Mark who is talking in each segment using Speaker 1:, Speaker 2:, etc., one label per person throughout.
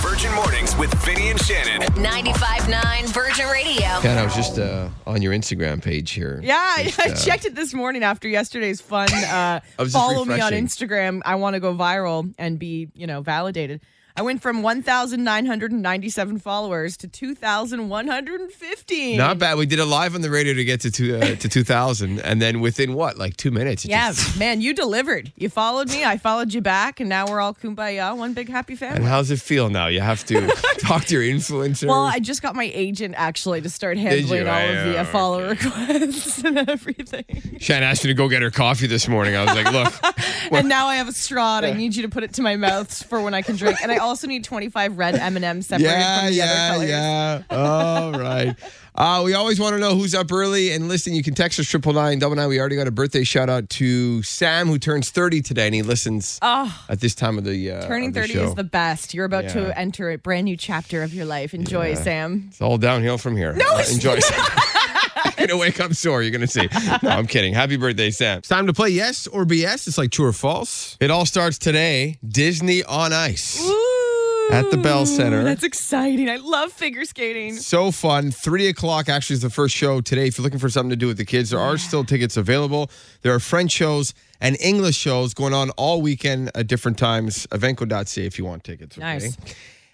Speaker 1: Virgin Mornings with Vinny and Shannon.
Speaker 2: 95.9 Virgin Radio.
Speaker 3: Ken, I was just uh, on your Instagram page here.
Speaker 4: Yeah, I
Speaker 3: Just,
Speaker 4: I
Speaker 3: uh,
Speaker 4: checked it this morning after yesterday's fun. Uh,
Speaker 3: I was just
Speaker 4: follow me on
Speaker 3: refreshing.
Speaker 4: Instagram. I want to go viral and be, you know, validated. I went from 1,997 followers to 2,115.
Speaker 3: Not bad. We did it live on the radio to get to two, uh, to 2,000, and then within what, like two minutes? it
Speaker 4: Yeah,
Speaker 3: just-
Speaker 4: man, you delivered. You followed me. I followed you back, and now we're all kumbaya, one big happy
Speaker 3: and
Speaker 4: family.
Speaker 3: how's it feel now? You have to talk to your influencers.
Speaker 4: Well, I just got my agent actually to start handling all
Speaker 3: I-
Speaker 4: of the
Speaker 3: oh,
Speaker 4: uh, follow requests and everything.
Speaker 3: Shannon asked me to go get her coffee this morning. I was like, look,
Speaker 4: and now I have a straw, and I need you to put it to my mouth for when I can drink. And I also need 25 red M&Ms separated
Speaker 3: yeah,
Speaker 4: from the other
Speaker 3: yeah,
Speaker 4: colors.
Speaker 3: yeah. All right. Uh, we always want to know who's up early. And listen, you can text us triple nine double nine. We already got a birthday shout out to Sam, who turns 30 today, and he listens
Speaker 4: Oh,
Speaker 3: at this time of the uh,
Speaker 4: turning
Speaker 3: of the
Speaker 4: 30
Speaker 3: show.
Speaker 4: is the best. You're about
Speaker 3: Yeah.
Speaker 4: to enter a brand new chapter of your life. Enjoy, Sam.
Speaker 3: It's all downhill from here. No,
Speaker 4: it's
Speaker 3: enjoy. You're gonna wake up sore. You're gonna see. No, I'm kidding. Happy birthday, Sam. It's time to play yes or BS. It's like true or false. It all starts today. Disney on Ice. At the Bell Center.
Speaker 4: Ooh, That's exciting. I love figure skating.
Speaker 3: So fun. Three o'clock actually is the first show today. If you're looking for something to do with the kids, there are still tickets available. There are French shows and English shows going on all weekend at different times. Evenco.ca if you want tickets. Okay?
Speaker 4: Nice.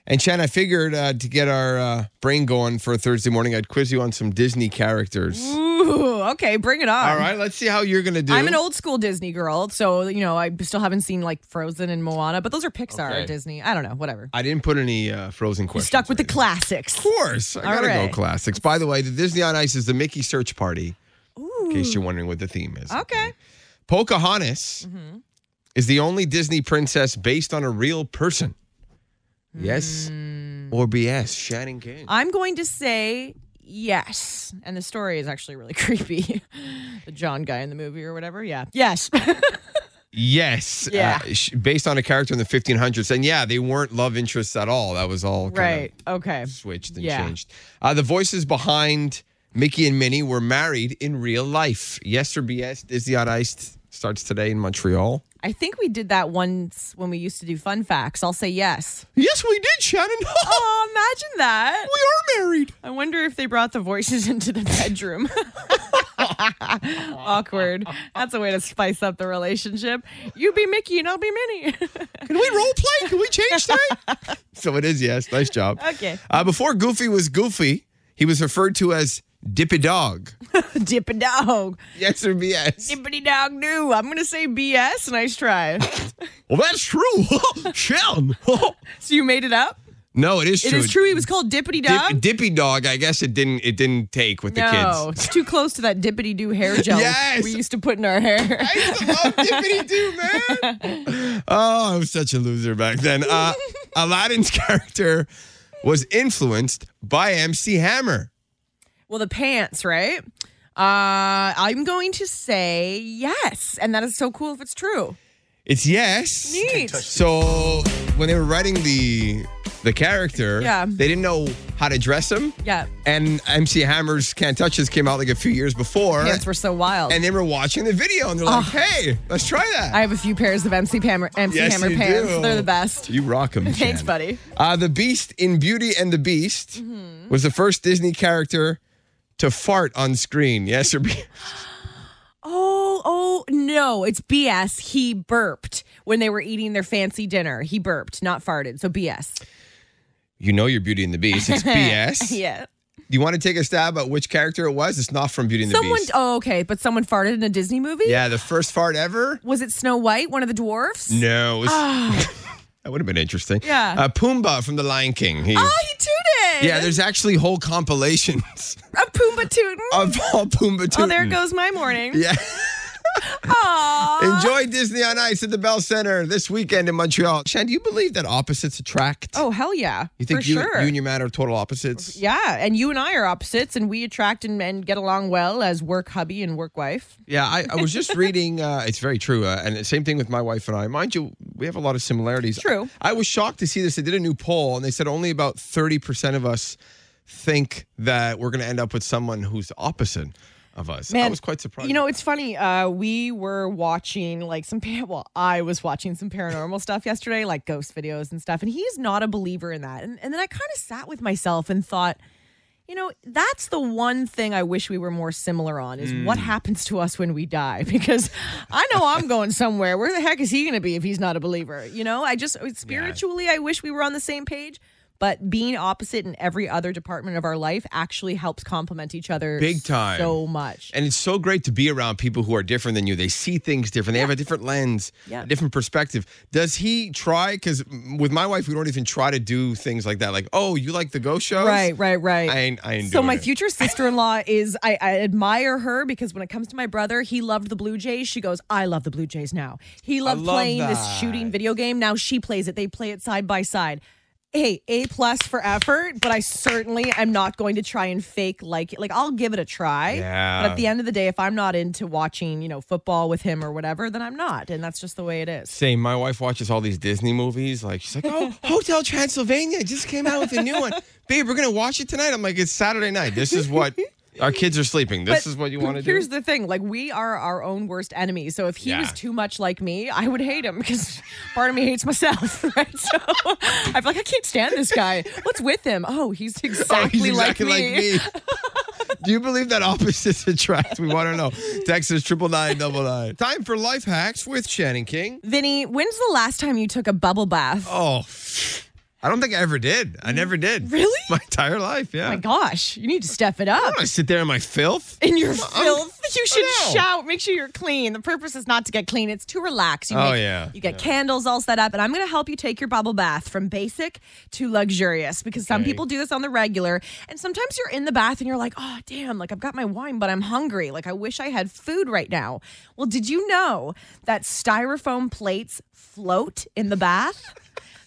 Speaker 3: And Chan, I figured uh, to get our uh, brain going for Thursday morning, I'd quiz you on some Disney characters.
Speaker 4: Ooh, okay, bring it on.
Speaker 3: All right, let's see how you're gonna do.
Speaker 4: I'm an old school Disney girl, so you know I still haven't seen like Frozen and Moana, but those are Pixar
Speaker 3: Okay.
Speaker 4: or Disney. I don't know, whatever.
Speaker 3: I didn't put any uh, frozen questions.
Speaker 4: Stuck with the
Speaker 3: right?
Speaker 4: classics.
Speaker 3: Of course, I
Speaker 4: All
Speaker 3: gotta go
Speaker 4: right.
Speaker 3: classics. By the way, the Disney on Ice is the Mickey search party. In case you're wondering what the theme is.
Speaker 4: Okay. Mm-hmm.
Speaker 3: Pocahontas is the only Disney princess based on a real person. Yes
Speaker 4: Mm.
Speaker 3: or BS? Shannon King.
Speaker 4: I'm going to say yes. And the story is actually really creepy. the John guy in the movie or whatever. Yeah. Yes.
Speaker 3: Yes.
Speaker 4: Yeah.
Speaker 3: uh, sh- based on a character in the 1500s, and yeah, they weren't love interests at all. That was all kinda
Speaker 4: right. Okay.
Speaker 3: switched and
Speaker 4: Yeah.
Speaker 3: changed. Uh, the voices behind Mickey and Minnie were married in real life. Yes or BS? Disney on Ice starts today in Montreal.
Speaker 4: I think we did that once when we used to do fun facts. I'll say yes.
Speaker 3: Yes, we did, Shannon.
Speaker 4: Oh, imagine that.
Speaker 3: we are married.
Speaker 4: I wonder if they brought the voices into the bedroom. Awkward. That's a way to spice up the relationship. You be Mickey and I'll be Minnie.
Speaker 3: Can we role play? Can we change today? so it is yes. Nice job.
Speaker 4: Okay.
Speaker 3: Uh, before Goofy was Goofy, he was referred to as Dippy Dog.
Speaker 4: Dippity dog.
Speaker 3: Yes or BS?
Speaker 4: Dippity dog do. I'm going to say BS. Nice try.
Speaker 3: Well, that's true. Shannon.
Speaker 4: so you made it up?
Speaker 3: no, it is
Speaker 4: It
Speaker 3: true.
Speaker 4: is true. He was called Dippity Dog.
Speaker 3: Dip- Dippy Dog. I guess it didn't. It didn't take with the kids.
Speaker 4: no, it's too close to that dippity doo hair gel
Speaker 3: Yes.
Speaker 4: we used to put in our hair.
Speaker 3: I used to love Dippity Doo, man. Oh, I was such a loser back then. Uh, Aladdin's character was influenced by MC Hammer.
Speaker 4: well, the pants, right? Uh, I'm going to say yes, and that is so cool if it's true.
Speaker 3: It's yes.
Speaker 4: Neat.
Speaker 3: So when they were writing the the character,
Speaker 4: Yeah.
Speaker 3: they didn't know how to dress him.
Speaker 4: Yeah,
Speaker 3: And MC Hammer's Can't Touch Us came out like a few years before.
Speaker 4: pants were so wild.
Speaker 3: and they were watching the video and they're like, hey, let's try that.
Speaker 4: I have a few pairs of MC Hammer, MC
Speaker 3: Yes,
Speaker 4: Hammer
Speaker 3: you
Speaker 4: pants.
Speaker 3: do.
Speaker 4: They're the best.
Speaker 3: you rock him.
Speaker 4: Thanks, buddy. Mm-hmm.
Speaker 3: Uh, the Beast in Beauty and the Beast was the first Disney character to fart on screen. Yes or B?
Speaker 4: Oh, oh no, it's BS. He burped when they were eating their fancy dinner. He burped, not farted. So BS.
Speaker 3: You know your Beauty and the Beast. It's BS.
Speaker 4: Yeah.
Speaker 3: You want to take a stab at which character it was? It's not from Beauty and the
Speaker 4: Someone.
Speaker 3: Beast.
Speaker 4: Oh, okay, but someone farted in a Disney movie.
Speaker 3: Yeah, the first fart ever.
Speaker 4: Was it Snow White, one of the dwarfs?
Speaker 3: No. it was- that would have been interesting.
Speaker 4: Ah. Yeah.
Speaker 3: Uh, Pumbaa from The Lion King. He,
Speaker 4: Oh, he tooted.
Speaker 3: yeah, there's actually whole compilations
Speaker 4: a Pumbaa tootin.
Speaker 3: of all Pumbaa
Speaker 4: Oh, there
Speaker 3: tootin'.
Speaker 4: goes my morning.
Speaker 3: Yeah.
Speaker 4: Aw.
Speaker 3: Enjoy Disney on Ice at the Bell Center this weekend in Montreal. Shan, do you believe that opposites attract?
Speaker 4: Oh hell yeah!
Speaker 3: you think
Speaker 4: For
Speaker 3: you,
Speaker 4: sure. Oh,
Speaker 3: you and your man are total opposites?
Speaker 4: yeah, and you and I are opposites, and we attract and, and get along well as work hubby and work wife.
Speaker 3: Yeah, I, I was just reading. Uh, it's very true, uh, and the same thing with my wife and I. Mind you, we have a lot of similarities.
Speaker 4: True.
Speaker 3: I was shocked to see this. They did a new poll, and they said only about thirty percent of us think that we're going to end up with someone who's opposite of us. I
Speaker 4: Man,
Speaker 3: was quite surprised.
Speaker 4: You know, it's funny. Uh, we were watching like some, par- well, I was watching some paranormal stuff yesterday, like ghost videos and stuff. And he's not a believer in that. And, and then I kind of sat with myself and thought, you know, that's the one thing I wish we were more similar on is
Speaker 3: Hmm.
Speaker 4: what happens to us when we die. Because I know I'm going somewhere. Where the heck is he going to be if he's not a believer? You know, I just uh, spiritually, I wish we were on the same page. But being opposite in every other department of our life actually helps complement each other
Speaker 3: Big time.
Speaker 4: so much.
Speaker 3: And it's so great to be around people who are different than you. They see things different. They have a different lens,
Speaker 4: Yeah.
Speaker 3: a different perspective. Does he try? Because with my wife, we don't even try to do things like that. Like, oh, you like the ghost shows?
Speaker 4: Right, right, right.
Speaker 3: I ain't, I ain't
Speaker 4: so
Speaker 3: doing
Speaker 4: my
Speaker 3: it.
Speaker 4: future sister-in-law is I, I admire her because when it comes to my brother, he loved the Blue Jays. She goes, I love the Blue Jays now. He loved
Speaker 3: love
Speaker 4: playing this
Speaker 3: that.
Speaker 4: shooting video game. Now she plays it. They play it side by side. Hey, A plus for effort, but I certainly am not going to try and fake like it. Like I'll give it a try.
Speaker 3: Yeah.
Speaker 4: But at the end of the day, if I'm not into watching, you know, football with him or whatever, then I'm not. And that's just the way it is.
Speaker 3: Same. My wife watches all these Disney movies. Like, she's like, oh, Hotel Transylvania just came out with a new one. Babe, we're going to watch it tonight. I'm like, it's Saturday night. This is what our kids are sleeping. This
Speaker 4: But
Speaker 3: is what you want to do.
Speaker 4: Here's the thing: like we are our own worst enemy. So if he
Speaker 3: Yeah.
Speaker 4: was too much like me, I would hate him because part of me hates myself, right? So I feel like I can't stand this guy. What's with him? Oh, he's
Speaker 3: Oh,
Speaker 4: exactly,
Speaker 3: he's exactly
Speaker 4: like, me.
Speaker 3: Do you believe that opposites attract? We want to know. Texas triple nine double nine. Time for life hacks with Shannon King.
Speaker 4: Vinny, when's the last time you took a bubble bath?
Speaker 3: Oh, I don't think I ever did. I never did.
Speaker 4: Really?
Speaker 3: My entire life. Yeah.
Speaker 4: Oh my gosh, you need to step it up.
Speaker 3: I sit there in my filth.
Speaker 4: In your filth, you should
Speaker 3: no.
Speaker 4: shout. Make sure you're clean. The purpose is not to get clean; it's to relax. You
Speaker 3: Oh,
Speaker 4: make-
Speaker 3: yeah.
Speaker 4: you get candles all set up, and I'm going to help you take your bubble bath from basic to luxurious because some
Speaker 3: Okay.
Speaker 4: people do this on the regular, and sometimes you're in the bath and you're like, "Oh, damn! Like I've got my wine, but I'm hungry. Like I wish I had food right now." Well, did you know that styrofoam plates float in the bath?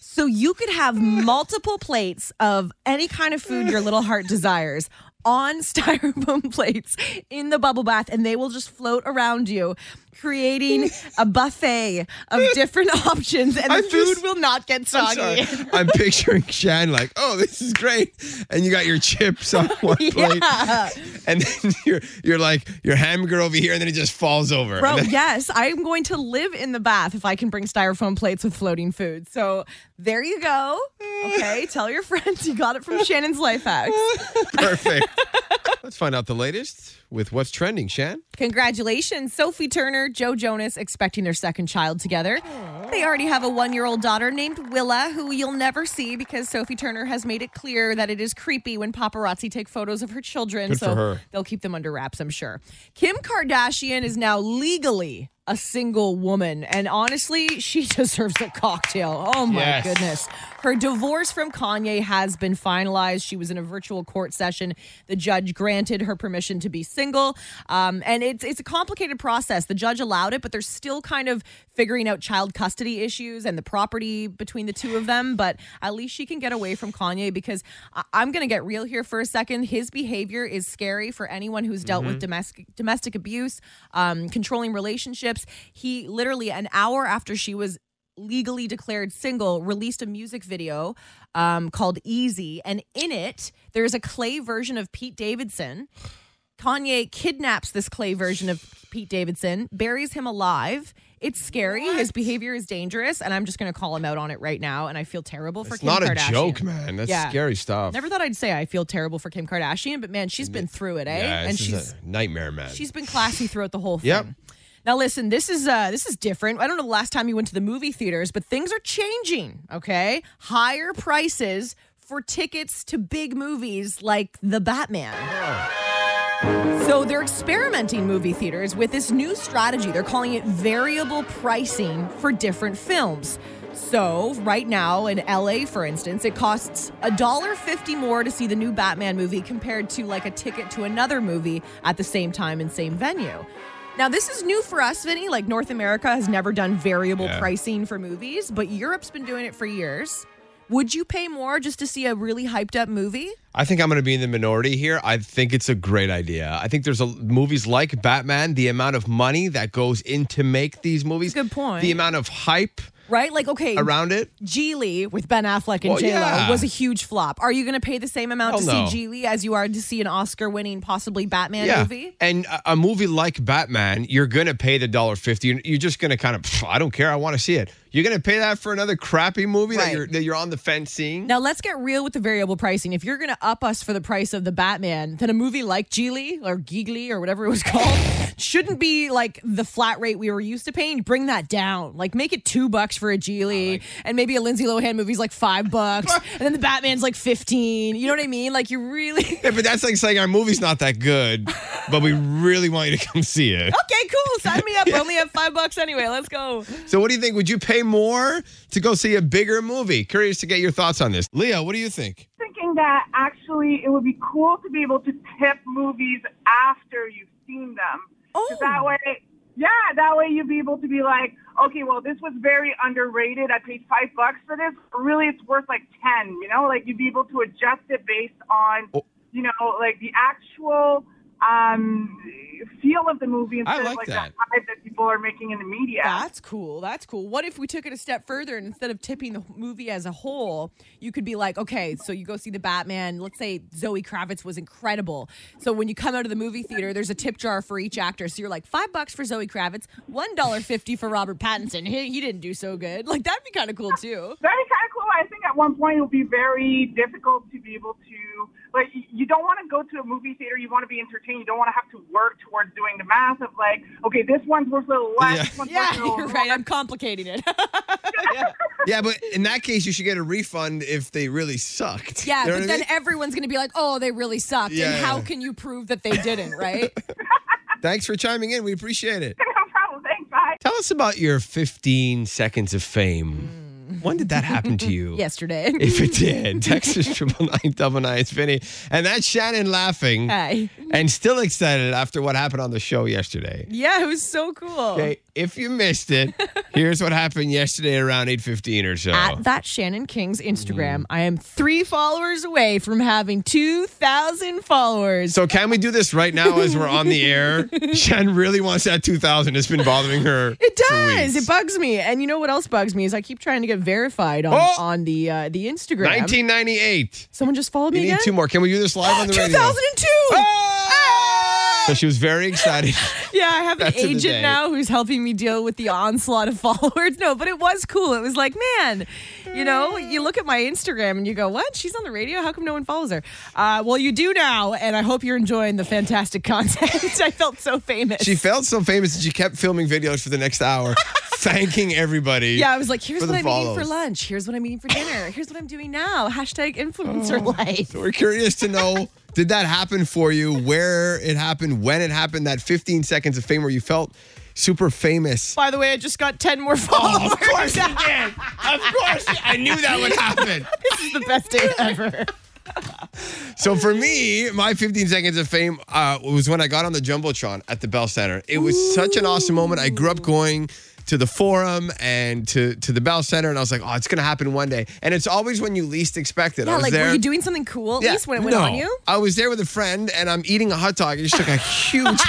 Speaker 4: So you could have multiple plates of any kind of food your little heart desires on styrofoam plates in the bubble bath, and they will just float around you, creating a buffet of different options, and the
Speaker 3: I'm
Speaker 4: food
Speaker 3: just-
Speaker 4: will not get
Speaker 3: I'm, sorry.
Speaker 4: soggy.
Speaker 3: I'm picturing Shan like, oh, this is great, and you got your chips on one plate,
Speaker 4: Yeah.
Speaker 3: and then you're you're like your hamburger over here, and then it just falls over.
Speaker 4: Bro,
Speaker 3: And then-
Speaker 4: yes, I am going to live in the bath if I can bring styrofoam plates with floating food. So there you go. Okay, tell your friends you got it from Shannon's Life Hacks.
Speaker 3: Perfect. Let's find out the latest with what's trending, Shan.
Speaker 4: Congratulations, Sophie Turner, Joe Jonas, expecting their second child together. They already have a one year old daughter named Willa, who you'll never see because Sophie Turner has made it clear that it is creepy when paparazzi take photos of her children.
Speaker 3: Good for
Speaker 4: so
Speaker 3: her.
Speaker 4: they'll keep them under wraps, I'm sure. Kim Kardashian is now legally a single woman. And honestly, she deserves a cocktail. Oh my
Speaker 3: Yes.
Speaker 4: goodness. Her divorce from Kanye has been finalized. She was in a virtual court session. The judge granted her permission to be single. Um, and it's it's a complicated process. The judge allowed it, but they're still kind of figuring out child custody issues and the property between the two of them. But at least she can get away from Kanye because I- I'm going to get real here for a second. His behavior is scary for anyone who's dealt with domestic domestic abuse, um, controlling relationships. He literally an hour after she was legally declared single released a music video um, called easy and in it there's a clay version of pete davidson kanye kidnaps this clay version of pete davidson buries him alive it's scary his behavior is dangerous and i'm just going to call him out on it right now and i feel terrible for
Speaker 3: It's
Speaker 4: kim
Speaker 3: not
Speaker 4: kardashian
Speaker 3: a joke, man. That's
Speaker 4: Yeah.
Speaker 3: scary stuff.
Speaker 4: never thought i'd say i feel terrible for kim kardashian but man she's been through it eh
Speaker 3: yeah,
Speaker 4: and
Speaker 3: this
Speaker 4: she's
Speaker 3: is a nightmare, man.
Speaker 4: She's been classy throughout the whole thing.
Speaker 3: Yep.
Speaker 4: Now listen, this is uh this is different. I don't know the last time you went to the movie theaters, but things are changing, okay? Higher prices for tickets to big movies like The Batman. So they're experimenting movie theaters with this new strategy. They're calling it variable pricing for different films. So right now in LA, for instance, it costs $1.50 more to see the new Batman movie compared to like a ticket to another movie at the same time and same venue. Now this is new for us, Vinny. Like North America has never done variable
Speaker 3: Yeah.
Speaker 4: pricing for movies, but Europe's been doing it for years. Would you pay more just to see a really hyped up movie?
Speaker 3: I think I'm going to be in the minority here. I think it's a great idea. I think there's a, movies like Batman, the amount of money that goes into make these movies.
Speaker 4: Good point.
Speaker 3: The amount of hype.
Speaker 4: right? Like, okay,
Speaker 3: around it.
Speaker 4: Geely with Ben Affleck and
Speaker 3: Well,
Speaker 4: J Lo
Speaker 3: yeah.
Speaker 4: was a huge flop. Are you going to pay the same amount
Speaker 3: Hell
Speaker 4: to
Speaker 3: no.
Speaker 4: see Geely as you are to see an Oscar-winning, possibly Batman movie?
Speaker 3: And a- a movie like Batman, you're going to pay the dollar fifty. You're- You're just going to kind of, "Pff, I don't care. I want to see it. You're going to pay that for another crappy movie
Speaker 4: Right.
Speaker 3: that you're that you're on the fence seeing.
Speaker 4: Now let's get real with the variable pricing. If you're going to up us for the price of the Batman, then a movie like Geely or Geegly or whatever it was called shouldn't be like the flat rate we were used to paying. Bring that down. Like make it two bucks for a Geely, and maybe a Lindsay Lohan movie's like five bucks, and then the Batman's like fifteen. You know what I mean? Like you really.
Speaker 3: Yeah, but that's like saying our movie's not that good, but we really want you to come see it.
Speaker 4: Okay, cool. Sign me up. I only have five bucks anyway. Let's go.
Speaker 3: So, what do you think? Would you pay more to go see a bigger movie? Curious to get your thoughts on this. Leah, what do you think?
Speaker 5: thinking that actually it would be cool to be able to tip movies after you've seen them. 'Cause
Speaker 4: Oh.
Speaker 5: That way, yeah, that way you'd be able to be like, okay, well, this was very underrated. I paid five bucks for this. Really, it's worth like 10, you know? Like, you'd be able to adjust it based on,
Speaker 3: Oh.
Speaker 5: you know, like the actual um, feel of the movie instead
Speaker 3: like
Speaker 5: of like
Speaker 3: that.
Speaker 5: vibe that people are making in the media.
Speaker 4: That's cool. That's cool. What if we took it a step further and instead of tipping the movie as a whole, you could be like, okay, so you go see the Batman. Let's say Zoe Kravitz was incredible. So when you come out of the movie theater, there's a tip jar for each actor. So you're like five bucks for Zoe Kravitz, one dollar fifty for Robert Pattinson. He, he didn't do so good. Like that'd be kind of cool too.
Speaker 5: That'd be kind of cool. I think at one point it would be very difficult to be able to, like, y- you don't want to go to a movie theater. You want to be entertained. You don't want to have to work towards doing the math of, like, okay, this one's worth a little less.
Speaker 3: Yeah.
Speaker 5: This one's
Speaker 4: Yeah,
Speaker 5: worth a little
Speaker 4: you're
Speaker 5: more.
Speaker 4: right. I'm complicating it.
Speaker 3: Yeah, but in that case, you should get a refund if they really sucked.
Speaker 4: Yeah,
Speaker 3: You know
Speaker 4: but
Speaker 3: what I
Speaker 4: then
Speaker 3: mean?
Speaker 4: everyone's going to be like, oh, they really sucked.
Speaker 3: Yeah,
Speaker 4: and how
Speaker 3: yeah.
Speaker 4: can you prove that they didn't, right?
Speaker 3: thanks for chiming in. We appreciate it.
Speaker 5: No problem. Thanks. Bye.
Speaker 3: Tell us about your 15 seconds of fame.
Speaker 4: Mm.
Speaker 3: When did that happen to you?
Speaker 4: Yesterday.
Speaker 3: If it did, Texas triple nine double nine. It's Vinny, and that's Shannon laughing
Speaker 4: Hi.
Speaker 3: and still excited after what happened on the show yesterday.
Speaker 4: Yeah, it was so cool.
Speaker 3: Okay, if you missed it, here's what happened yesterday around 8:15 or so.
Speaker 4: At that Shannon King's
Speaker 3: Mm.
Speaker 4: Instagram, I am three followers away from having 2,000 followers.
Speaker 3: so can we do this right now as we're on the air? Shen really wants that 2000. It's been bothering her.
Speaker 4: it
Speaker 3: for
Speaker 4: does.
Speaker 3: weeks.
Speaker 4: It bugs me. And you know what else bugs me is I keep trying to get verified on,
Speaker 3: Oh!
Speaker 4: on the uh, the Instagram.
Speaker 3: 1998.
Speaker 4: Someone just followed
Speaker 3: You
Speaker 4: me
Speaker 3: need
Speaker 4: again.
Speaker 3: two more. Can we do this live on the radio?
Speaker 4: 2002. Ah!
Speaker 3: Oh! So she was very excited.
Speaker 4: Yeah, I have an
Speaker 3: That's in the day.
Speaker 4: agent now who's helping me deal with the onslaught of followers. No, but it was cool. It was like, man, you know, you look at my Instagram and you go, what? She's on the radio? How come no one follows her? Uh, well, you do now, and I hope you're enjoying the fantastic content. I felt so famous.
Speaker 3: She felt so famous that she kept filming videos for the next hour, thanking everybody.
Speaker 4: yeah, I was like, here's
Speaker 3: for
Speaker 4: what
Speaker 3: the
Speaker 4: I'm eating for
Speaker 3: follows.
Speaker 4: lunch. Here's what I'm eating for dinner. Here's what I'm doing now. Hashtag influencer
Speaker 3: Oh.
Speaker 4: life.
Speaker 3: We're curious to know did that happen for you? Where it happened? When it happened? That 15 seconds of fame where you felt super famous.
Speaker 4: By the way, I just got 10
Speaker 3: Oh,
Speaker 4: more followers.
Speaker 3: did. Of course, I knew that would happen.
Speaker 4: this is the best day ever.
Speaker 3: So for me, my 15 seconds of fame uh, was when I got on the jumbotron at the Bell Center. It was such an awesome moment. I grew up going to the forum and to to the Bell Center, and I was like, oh, it's gonna happen one day. And it's always when you least expect it. I
Speaker 4: Yeah,
Speaker 3: was
Speaker 4: like,
Speaker 3: there.
Speaker 4: were you doing something cool at least when it went
Speaker 3: no.
Speaker 4: on you?
Speaker 3: I was there with a friend, and I'm eating a hot dog. I just took a huge,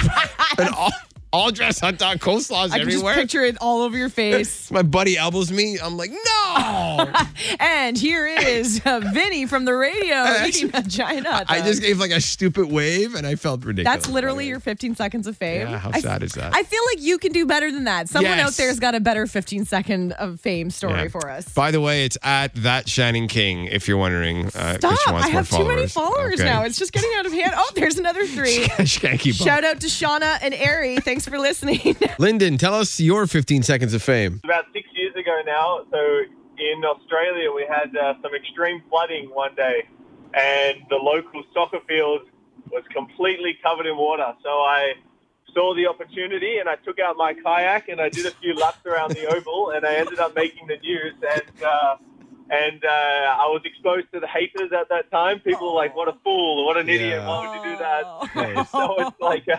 Speaker 3: an all, all dressed hot dog, coleslaws
Speaker 4: I can just
Speaker 3: everywhere.
Speaker 4: picture it all over your face.
Speaker 3: my buddy elbows me. I'm like, no.
Speaker 4: And here is uh, Vinny from the radio
Speaker 3: Actually,
Speaker 4: eating a giant hot
Speaker 3: I
Speaker 4: dog.
Speaker 3: just gave like a stupid wave, and I felt ridiculous.
Speaker 4: Um, That's literally your 15 seconds of fame.
Speaker 3: Yeah, how
Speaker 4: I f-
Speaker 3: sad is that?
Speaker 4: I feel like you can do better than that. Someone
Speaker 3: Yes.
Speaker 4: out there's got a better 15 second of fame story
Speaker 3: Yeah.
Speaker 4: for us.
Speaker 3: By the way, it's at that Shining King. If you're wondering, uh, 'cause
Speaker 4: Stop!
Speaker 3: She wants
Speaker 4: I
Speaker 3: more
Speaker 4: have too many followers
Speaker 3: Okay.
Speaker 4: now. It's just getting out of hand. Oh, there's another three.
Speaker 3: she can't keep up.
Speaker 4: Shout out to Shauna and Ari. Thanks for listening.
Speaker 3: Lyndon, tell us your 15 seconds of fame.
Speaker 6: about six years ago now. So in Australia, we had uh, some extreme flooding one day, and the local soccer field was completely covered in water. So I saw the opportunity and I took out my kayak and I did a few laps around the oval, and I ended up making the news. And uh, and uh, I was exposed to the haters at that time. People were like, "What a fool! What an idiot!
Speaker 3: Yeah.
Speaker 6: Why would you do that?"
Speaker 3: Nice.
Speaker 6: So it's like. Uh,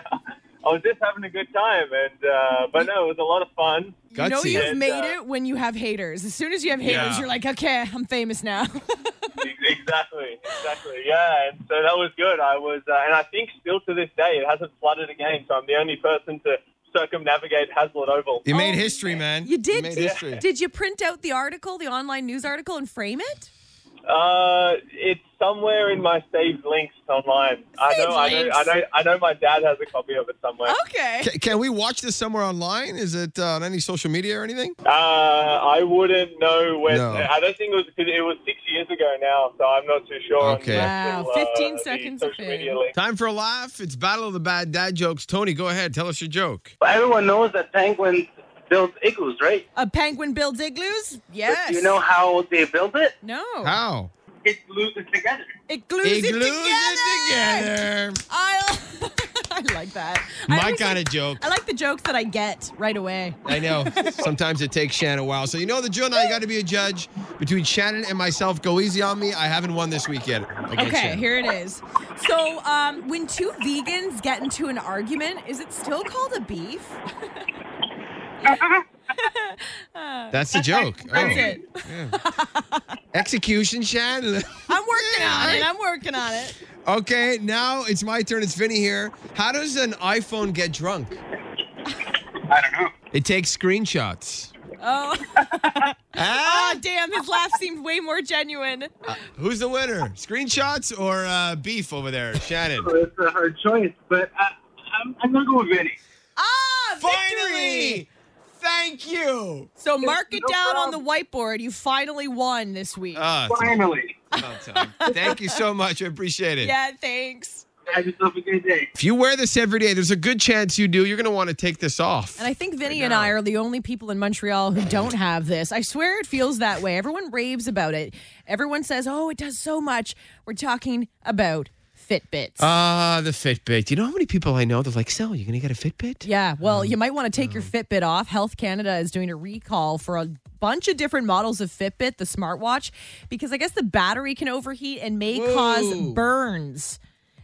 Speaker 6: I was just having a good time, and uh, but no, it was a lot of fun.
Speaker 4: You know
Speaker 3: Gutsy.
Speaker 4: you've
Speaker 6: And,
Speaker 4: made
Speaker 6: uh,
Speaker 4: it when you have haters. As soon as you have haters,
Speaker 3: Yeah.
Speaker 4: you're like, okay, I'm famous now.
Speaker 6: exactly, exactly. Yeah, and so that was good. I was, uh, and I think still to this day, it hasn't flooded again. So I'm the only person to circumnavigate Hazlitt Oval.
Speaker 3: You made history, man.
Speaker 4: Oh, You did.
Speaker 3: made
Speaker 4: did-
Speaker 3: history.
Speaker 4: Did you print out the article, the online news article, and frame it?
Speaker 6: Uh, it's somewhere in my saved links online. I
Speaker 4: Saved
Speaker 6: know, I know,
Speaker 4: links.
Speaker 6: I know, I know. My dad has a copy of it somewhere.
Speaker 4: Okay.
Speaker 3: Ca- Can we watch this somewhere online? Is it uh, on any social media or anything?
Speaker 6: Uh, I wouldn't know when.
Speaker 3: No.
Speaker 6: I don't think it was because it was six years ago now, so I'm not too sure. on
Speaker 3: Okay.
Speaker 6: the
Speaker 4: Wow,
Speaker 6: actual, uh,
Speaker 4: 15
Speaker 6: the
Speaker 4: seconds of
Speaker 6: Social
Speaker 4: fame.
Speaker 6: media link.
Speaker 3: Time for a laugh. It's Battle of the Bad Dad Jokes. Tony, go ahead. Tell us your joke.
Speaker 7: Everyone knows that penguins build igloos, right?
Speaker 4: A penguin builds igloos?
Speaker 7: But
Speaker 4: Yes.
Speaker 7: Do you know how they build it?
Speaker 4: No.
Speaker 3: How?
Speaker 7: It glues it together.
Speaker 4: It glues,
Speaker 3: It
Speaker 4: it
Speaker 3: glues
Speaker 4: together.
Speaker 3: it together.
Speaker 4: I, I like that. I
Speaker 3: My
Speaker 4: always
Speaker 3: kind
Speaker 4: like-
Speaker 3: of joke.
Speaker 4: I like the jokes that I get right away.
Speaker 3: I know. Sometimes it takes Shannon a while. So you know the Jill and I got to be a judge between Shannon and myself. Go easy on me. I haven't won this week yet. against
Speaker 4: Okay,
Speaker 3: Shannon.
Speaker 4: here it is. So, um, when two vegans get into an argument, is it still called a beef?
Speaker 3: That's the joke.
Speaker 4: That's
Speaker 3: Oh.
Speaker 4: it.
Speaker 3: Execution, Shannon.
Speaker 4: I'm working
Speaker 3: Yeah,
Speaker 4: on it.
Speaker 3: right?
Speaker 4: I'm working on it.
Speaker 3: Okay, now it's my turn. It's Vinny here. How does an iPhone get drunk?
Speaker 7: I don't know.
Speaker 3: It takes screenshots.
Speaker 4: Oh,
Speaker 3: Ah,
Speaker 4: oh damn! His laugh seemed way more genuine.
Speaker 3: who's the winner? Screenshots or uh, beef over there, Shannon?
Speaker 7: So it's a hard choice, but I, I'm, I'm going to go with Vinny.
Speaker 4: Ah, victory!
Speaker 3: Finally! Thank you.
Speaker 4: So mark it
Speaker 7: no
Speaker 4: down on the whiteboard. You finally won this week.
Speaker 3: Ah, it's
Speaker 7: Finally.
Speaker 3: about time. Thank you so much. I appreciate it.
Speaker 4: yeah, thanks.
Speaker 7: Have yourself a good day.
Speaker 3: If you wear this every day, there's a good chance you do. You're going to want to take this off.
Speaker 4: And I think Vinny and I are the only people in Montreal who don't have this. I swear it feels that way. Everyone raves about it. Everyone says, "Oh, it does so much." We're talking about Fitbits.
Speaker 3: Ah, the Fitbit. You know how many people I know? They're like, "So, you're going to get a Fitbit?"
Speaker 4: Yeah, well, you might want to take your Fitbit off. Health Canada is doing a recall for a bunch of different models of Fitbit, the smartwatch, because I guess the battery can overheat and may
Speaker 3: Whoa.
Speaker 4: cause burns.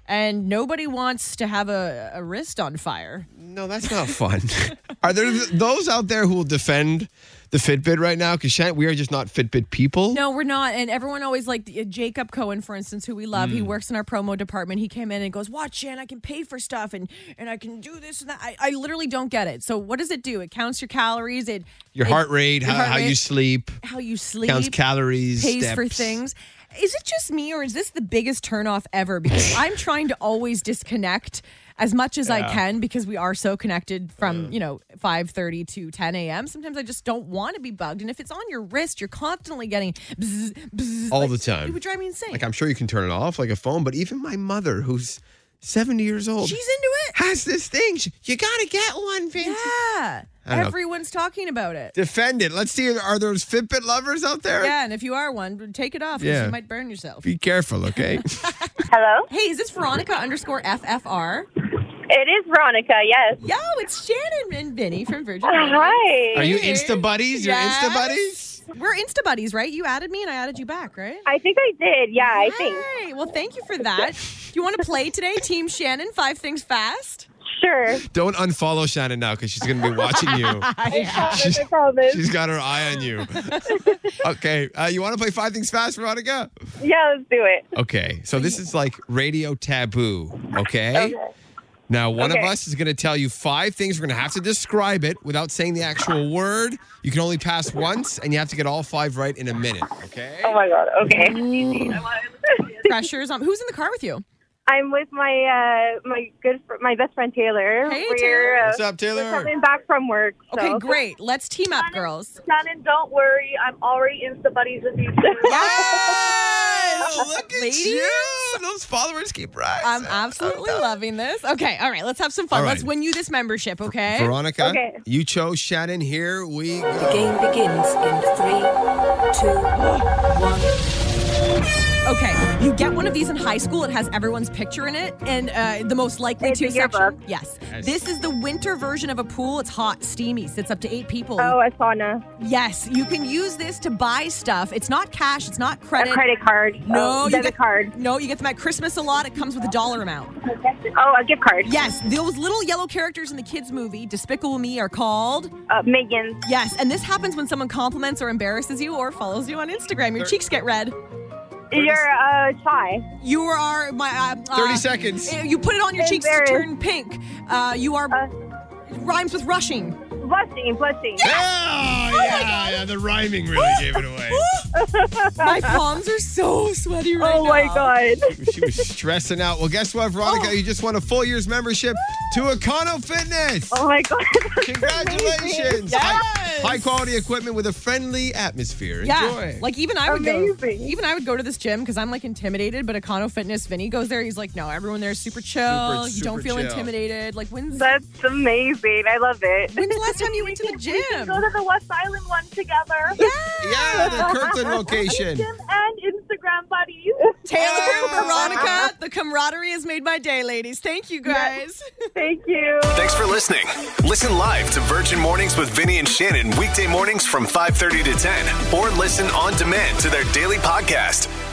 Speaker 4: And nobody wants to have a, a wrist on fire.
Speaker 3: No, that's not fun. are there th- those out there who will defend the Fitbit right now? Because we are just not Fitbit people.
Speaker 4: No, we're not. And everyone always like uh, Jacob Cohen, for instance, who we love.
Speaker 3: Mm.
Speaker 4: He works in our promo department. He came in and goes, "Watch, Shan, I can pay for stuff and and I can do this and that." I, I literally don't get it. So what does it do? It counts your calories. It
Speaker 3: Your
Speaker 4: it-
Speaker 3: heart rate,
Speaker 4: your
Speaker 3: how,
Speaker 4: heart
Speaker 3: how you
Speaker 4: rate,
Speaker 3: sleep,
Speaker 4: how you sleep,
Speaker 3: counts calories,
Speaker 4: pays for
Speaker 3: steps.
Speaker 4: things. Is it just me, or is this the biggest turnoff ever? Because I'm trying to always disconnect as much as I can because we are so connected from you know 5:30 to 10 a.m. Sometimes I just don't want to be bugged, and if it's on your wrist, you're constantly getting bzz, bzz,
Speaker 3: All
Speaker 4: like,
Speaker 3: the time.
Speaker 4: It would drive me insane.
Speaker 3: Like I'm sure you can turn it off like a phone, but even my mother, who's 70 years old,
Speaker 4: She's into it.
Speaker 3: has this thing. She- you gotta get one, Vince.
Speaker 4: Yeah,
Speaker 3: I don't know.
Speaker 4: everyone's talking about it.
Speaker 3: Defend it. Let's see. Are those Fitbit lovers out there?
Speaker 4: Yeah, and if you are one, take it off because
Speaker 3: Yeah.
Speaker 4: you might burn yourself.
Speaker 3: Be careful, okay?
Speaker 8: Hello?
Speaker 4: Hey, is this Veronica underscore FFR?
Speaker 8: It is Veronica, yes.
Speaker 4: Yo, it's Shannon and Vinny from Virgin. Radio.
Speaker 3: Are
Speaker 8: Hi.
Speaker 3: you Insta buddies? You're Insta
Speaker 4: Yes.
Speaker 3: buddies?
Speaker 4: We're Insta buddies, right? You added me and I added you back, right?
Speaker 8: I think I did. Yeah, I think.
Speaker 4: Hey, well, thank you for that. Do you want to play today, Team Shannon? Five things fast.
Speaker 8: Sure.
Speaker 3: Don't unfollow Shannon now because she's gonna be watching you.
Speaker 8: I promise. I promise.
Speaker 3: She's got her eye on you. okay, uh, you want to play Five Things Fast, Veronica?
Speaker 8: Yeah, let's do it.
Speaker 3: Okay, so this is like radio taboo. Okay.
Speaker 8: Okay.
Speaker 3: Now one
Speaker 8: Okay.
Speaker 3: of us is going to tell you five things. We're going to have to describe it without saying the actual word. You can only pass once, and you have to get all five right in a minute. Okay.
Speaker 8: Oh my god. Okay.
Speaker 4: Pressure's on. Who's in the car with you?
Speaker 8: I'm with my uh my good fr- my best friend Taylor.
Speaker 4: Hey,
Speaker 8: We're,
Speaker 4: Taylor.
Speaker 8: uh,
Speaker 3: What's up,
Speaker 8: we're
Speaker 3: Taylor?
Speaker 8: coming back from work. So.
Speaker 4: Okay, great. Let's team up, girls.
Speaker 9: Shannon, don't worry. I'm already Insta buddies with you. too.
Speaker 3: Oh, look at
Speaker 4: Ladies?
Speaker 3: you! Those followers keep rising.
Speaker 4: I'm
Speaker 3: Oh,
Speaker 4: absolutely loving this. Okay, all right, let's have some fun.
Speaker 3: Uh, All right.
Speaker 4: Let's win you this membership, okay?
Speaker 3: Veronica,
Speaker 8: Okay.
Speaker 3: you chose Shannon. Here we go.
Speaker 10: Game begins in three, two, one.
Speaker 4: Okay, you get one of these in high school. It has everyone's picture in it, and uh, the most likely
Speaker 8: It's
Speaker 4: to
Speaker 8: a yearbook.
Speaker 4: section. Yes. This is the winter version of a pool. It's hot, steamy, sits up to eight people.
Speaker 8: Oh, a sauna.
Speaker 4: Yes, you can use this to buy stuff. It's not cash, it's not
Speaker 8: A
Speaker 4: credit.
Speaker 8: credit card.
Speaker 4: No,
Speaker 8: oh,
Speaker 4: you
Speaker 8: debit
Speaker 4: get
Speaker 8: card.
Speaker 4: No, you get them at Christmas a lot. It comes with a dollar amount.
Speaker 8: Oh, a gift card.
Speaker 4: Yes, those little yellow characters in the kids' movie, Despicable Me, are called.
Speaker 8: Uh, Megan.
Speaker 4: Yes, and this happens when someone compliments or embarrasses you or follows you on Instagram. Your cheeks get red.
Speaker 8: You're uh shy.
Speaker 4: You are my. Uh, uh,
Speaker 3: Thirty seconds.
Speaker 4: You put it on your cheeks to
Speaker 8: Embarrassed.
Speaker 4: turn pink. Uh, you are.
Speaker 8: Uh,
Speaker 4: rhymes with rushing.
Speaker 8: Blushing, blushing.
Speaker 4: Oh
Speaker 3: Yeah, yeah, yeah. The rhyming really gave it away.
Speaker 4: My palms are so sweaty right
Speaker 8: Oh
Speaker 4: now.
Speaker 8: my god.
Speaker 3: She was stressing out. Well, guess what, Veronica?
Speaker 4: Oh.
Speaker 3: You just won a full year's membership to Econo Fitness.
Speaker 8: Oh my god.
Speaker 3: Congratulations.
Speaker 4: Yes.
Speaker 3: High, high quality equipment with a friendly atmosphere.
Speaker 4: Yeah,
Speaker 3: Enjoy.
Speaker 4: like even I would go.
Speaker 8: Amazing.
Speaker 4: Even I would go to this gym because I'm like intimidated. But Econo Fitness, Vinny goes there. He's like, no, everyone there's super chill.
Speaker 3: Super,
Speaker 4: you don't
Speaker 3: super
Speaker 4: feel
Speaker 3: chill.
Speaker 4: intimidated. Like when's
Speaker 8: That's amazing. I love it.
Speaker 4: when's the last time you went to the
Speaker 9: We can go
Speaker 4: gym?
Speaker 9: to the West Island one together.
Speaker 3: yeah, the Kirkland location.
Speaker 9: Gym and Instagram buddies.
Speaker 4: Taylor,
Speaker 3: Oh.
Speaker 4: Veronica, the camaraderie has made my day, ladies. Thank you guys.
Speaker 8: Thank you.
Speaker 1: Thanks for listening. Listen live to Virgin Mornings with Vinny and Shannon weekday mornings from 5:30 to 10 or listen on demand to their daily podcast.